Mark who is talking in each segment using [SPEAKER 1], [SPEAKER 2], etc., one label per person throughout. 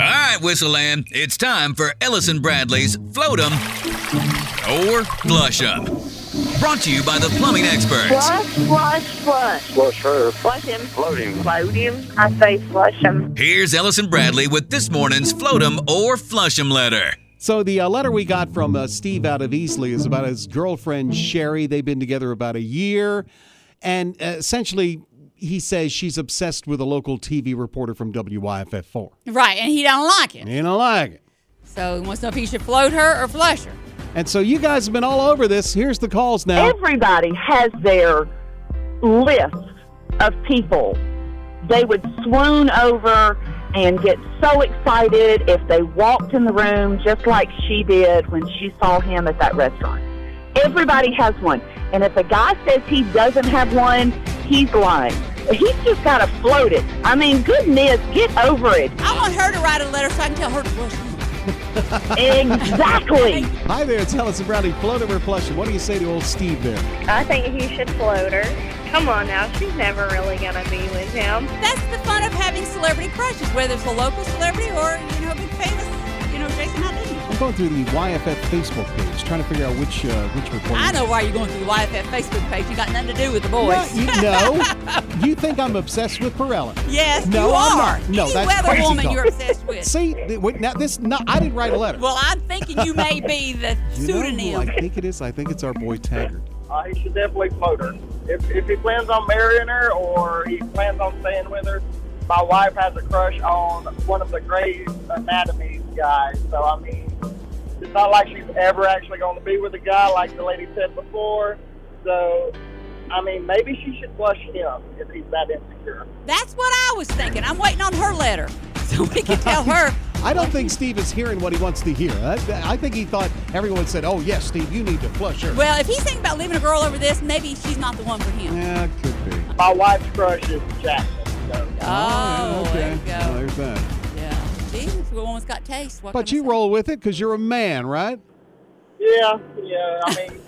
[SPEAKER 1] All right, Whistle Lamb, it's time for Ellison Bradley's Float 'em or Flush 'em. Brought to you by the plumbing experts.
[SPEAKER 2] Flush, flush, flush.
[SPEAKER 3] Flush her.
[SPEAKER 2] Flush him.
[SPEAKER 3] Float him.
[SPEAKER 2] Float him. I say flush him.
[SPEAKER 1] Here's Ellison Bradley with this morning's Float 'em or Flush 'em letter.
[SPEAKER 4] So the uh, letter we got from uh, Steve out of Easley is about his girlfriend Sherry. They've been together about a year, and uh, essentially he says she's obsessed with a local TV reporter from WYFF4.
[SPEAKER 5] Right, and he don't like it.
[SPEAKER 4] You don't like it,
[SPEAKER 5] So he wants to know if he should float her or flush her.
[SPEAKER 4] and so you guys have been all over this. Here's the calls now.
[SPEAKER 2] Everybody has their list of people they would swoon over and get so excited if they walked in the room just like she did when she saw him at that restaurant. Everybody has one. And if a guy says he doesn't have one, he's lying. He's just got to float it. I mean, goodness, get over it.
[SPEAKER 5] I want her to write a letter so I can tell her to flush him.
[SPEAKER 2] Exactly.
[SPEAKER 4] Hi there, it's Ellis and Brownie. Float over flush. What do you say to old Steve there?
[SPEAKER 6] I think he should float her. Come on now, she's never really gonna be with him.
[SPEAKER 5] That's the fun of having celebrity crushes, whether it's a local celebrity or, you know, a big famous, you know, Jason Aldean.
[SPEAKER 4] I'm going through the YFF Facebook page, trying to figure out which uh, which reporter.
[SPEAKER 5] I know why you're going through the YFF Facebook page. You got nothing to do with the boys.
[SPEAKER 4] No, you, no. you think I'm obsessed with Pirella?
[SPEAKER 5] Yes,
[SPEAKER 4] No,
[SPEAKER 5] you
[SPEAKER 4] I'm
[SPEAKER 5] are.
[SPEAKER 4] not. No,
[SPEAKER 5] Any
[SPEAKER 4] that's
[SPEAKER 5] weather
[SPEAKER 4] crazy
[SPEAKER 5] woman
[SPEAKER 4] talk.
[SPEAKER 5] you're obsessed with.
[SPEAKER 4] See, th- wait, now this. No, I didn't write a letter.
[SPEAKER 5] Well, I'm thinking you may be the
[SPEAKER 4] you know who
[SPEAKER 5] pseudonym.
[SPEAKER 4] I think it is. I think it's our boy Taggart.
[SPEAKER 3] Uh, he should definitely float her. If, if he plans on marrying her or he plans on staying with her, my wife has a crush on one of the great anatomy guys. So, I mean, it's not like she's ever actually going to be with a guy like the lady said before. So, I mean, maybe she should flush him if he's that insecure.
[SPEAKER 5] That's what I was thinking. I'm waiting on her letter so we can tell her.
[SPEAKER 4] I don't think Steve is hearing what he wants to hear. I, I think he thought everyone said, "Oh yes, Steve, you need to flush her."
[SPEAKER 5] Well, if he's thinking about leaving a girl over this, maybe she's not the one for him.
[SPEAKER 4] yeah, it could be.
[SPEAKER 3] My wife's crush is Jackson. So.
[SPEAKER 5] Oh,
[SPEAKER 4] yeah,
[SPEAKER 5] there
[SPEAKER 4] okay. Well,
[SPEAKER 5] you go.
[SPEAKER 4] there's that.
[SPEAKER 5] Yeah. Jesus, the woman's got taste. What
[SPEAKER 4] But
[SPEAKER 5] can I
[SPEAKER 4] you
[SPEAKER 5] say?
[SPEAKER 4] roll with it because you're a man, right?
[SPEAKER 3] Yeah, yeah. I mean,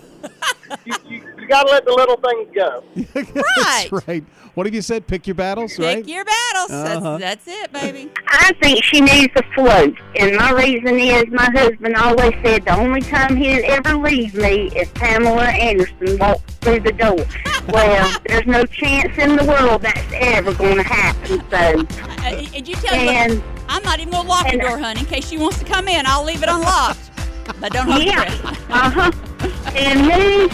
[SPEAKER 3] you, you, you got to let the little things go.
[SPEAKER 5] Right.
[SPEAKER 4] That's right. What have you said? Pick your battles,
[SPEAKER 5] Pick
[SPEAKER 4] right?
[SPEAKER 5] your battles.
[SPEAKER 4] Uh-huh.
[SPEAKER 5] That's, that's it, baby.
[SPEAKER 6] I think she needs to float. And my reason is my husband always said the only time he'd ever leave me is Pamela Anderson walked through the door. well, there's no chance in the world that's ever going to happen. So,
[SPEAKER 5] Uh, and you tell her,
[SPEAKER 6] and
[SPEAKER 5] I'm not even going to lock the
[SPEAKER 6] and-
[SPEAKER 5] door, honey, in case she wants to come in. I'll leave it unlocked. But don't hold
[SPEAKER 6] yeah,
[SPEAKER 5] your breath.
[SPEAKER 6] uh huh. And me,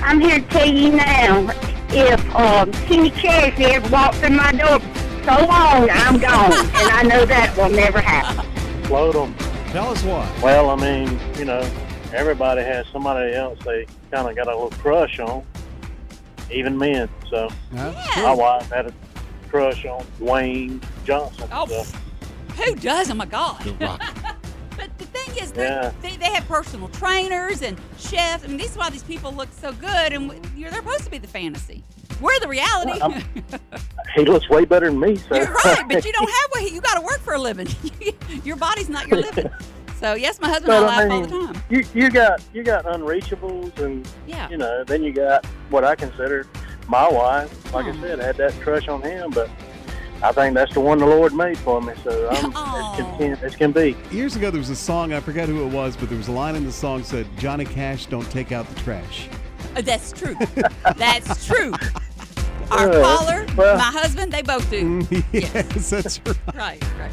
[SPEAKER 6] I'm here to tell you now, if um, Kenny Chesney ever walked through my door, so long, I'm gone. and I know that will never happen.
[SPEAKER 7] Float 'em.
[SPEAKER 4] Tell us why.
[SPEAKER 7] Well, I mean, you know, everybody has somebody else they kind of got a little crush on, even men. So
[SPEAKER 4] Huh?
[SPEAKER 7] my wife had a crush on Dwayne Johnson.
[SPEAKER 5] Oh,
[SPEAKER 7] so,
[SPEAKER 5] Who does? Oh, my God.
[SPEAKER 4] The Rock.
[SPEAKER 5] But the thing is,
[SPEAKER 7] Yeah.
[SPEAKER 5] they, they, they have personal trainers and chefs. I mean, this is why these people look so good, and w- you're, they're supposed to be the fantasy. We're the reality.
[SPEAKER 7] I'm- he looks way better than me. So
[SPEAKER 5] you're right, but you don't have what you got to work for a living. your body's not your living. So yes, my husband and
[SPEAKER 7] But
[SPEAKER 5] I
[SPEAKER 7] I
[SPEAKER 5] laugh all
[SPEAKER 7] mean,
[SPEAKER 5] the time.
[SPEAKER 7] you, you got you got unreachables, and
[SPEAKER 5] Yeah.
[SPEAKER 7] you know, then you got what I consider my wife. Like
[SPEAKER 5] Hmm.
[SPEAKER 7] I said, I had that crush on him, but I think that's the one the Lord made for me. So I'm
[SPEAKER 5] Aw.
[SPEAKER 7] as content as can be.
[SPEAKER 4] Years ago, there was a song, I forgot who it was, but there was a line in the song said, Johnny Cash, don't take out the trash.
[SPEAKER 5] Uh, That's true. That's true. Our
[SPEAKER 7] Yeah,
[SPEAKER 5] caller,
[SPEAKER 7] well-
[SPEAKER 5] my husband, they both do.
[SPEAKER 4] yes, that's right.
[SPEAKER 5] Right, right.